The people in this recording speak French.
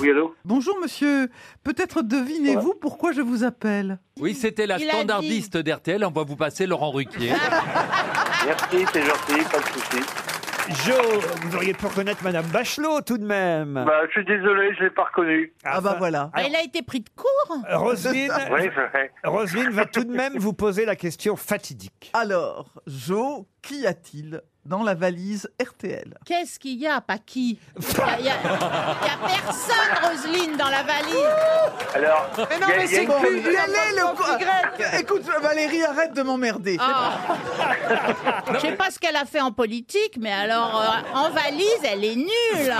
Oui, allô Bonjour monsieur, peut-être devinez-vous pourquoi je vous appelle Oui, c'était la Il a standardiste d'RTL. On va vous passer Laurent Ruquier. Merci, c'est gentil, pas de souci. Jo, vous auriez pu reconnaître Madame Bachelot tout de même. Bah, je suis désolé, je l'ai pas reconnu. Ah bah voilà. Alors- Elle a été pris de court. Roselyne, Oui, je- Roselyne va tout de même vous poser la question fatidique. Alors, Jo, qu'y a-t-il dans la valise RTL Qu'est-ce qu'il y a Pas qui Il n'y a, il y a personne, Roselyne, dans la valise. alors. il y a- il y a une plus chose- le co- Écoute Valérie, arrête de m'emmerder. Ah. Je sais pas ce qu'elle a fait en politique, mais alors euh, en valise, elle est nulle.